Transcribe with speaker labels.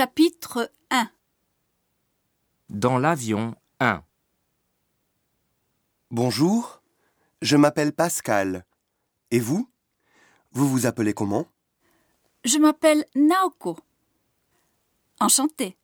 Speaker 1: Chapitre 1
Speaker 2: Dans l'avion 1.
Speaker 3: Bonjour, je m'appelle Pascal. Et vous Vous vous appelez comment
Speaker 1: Je m'appelle Naoko. Enchantée.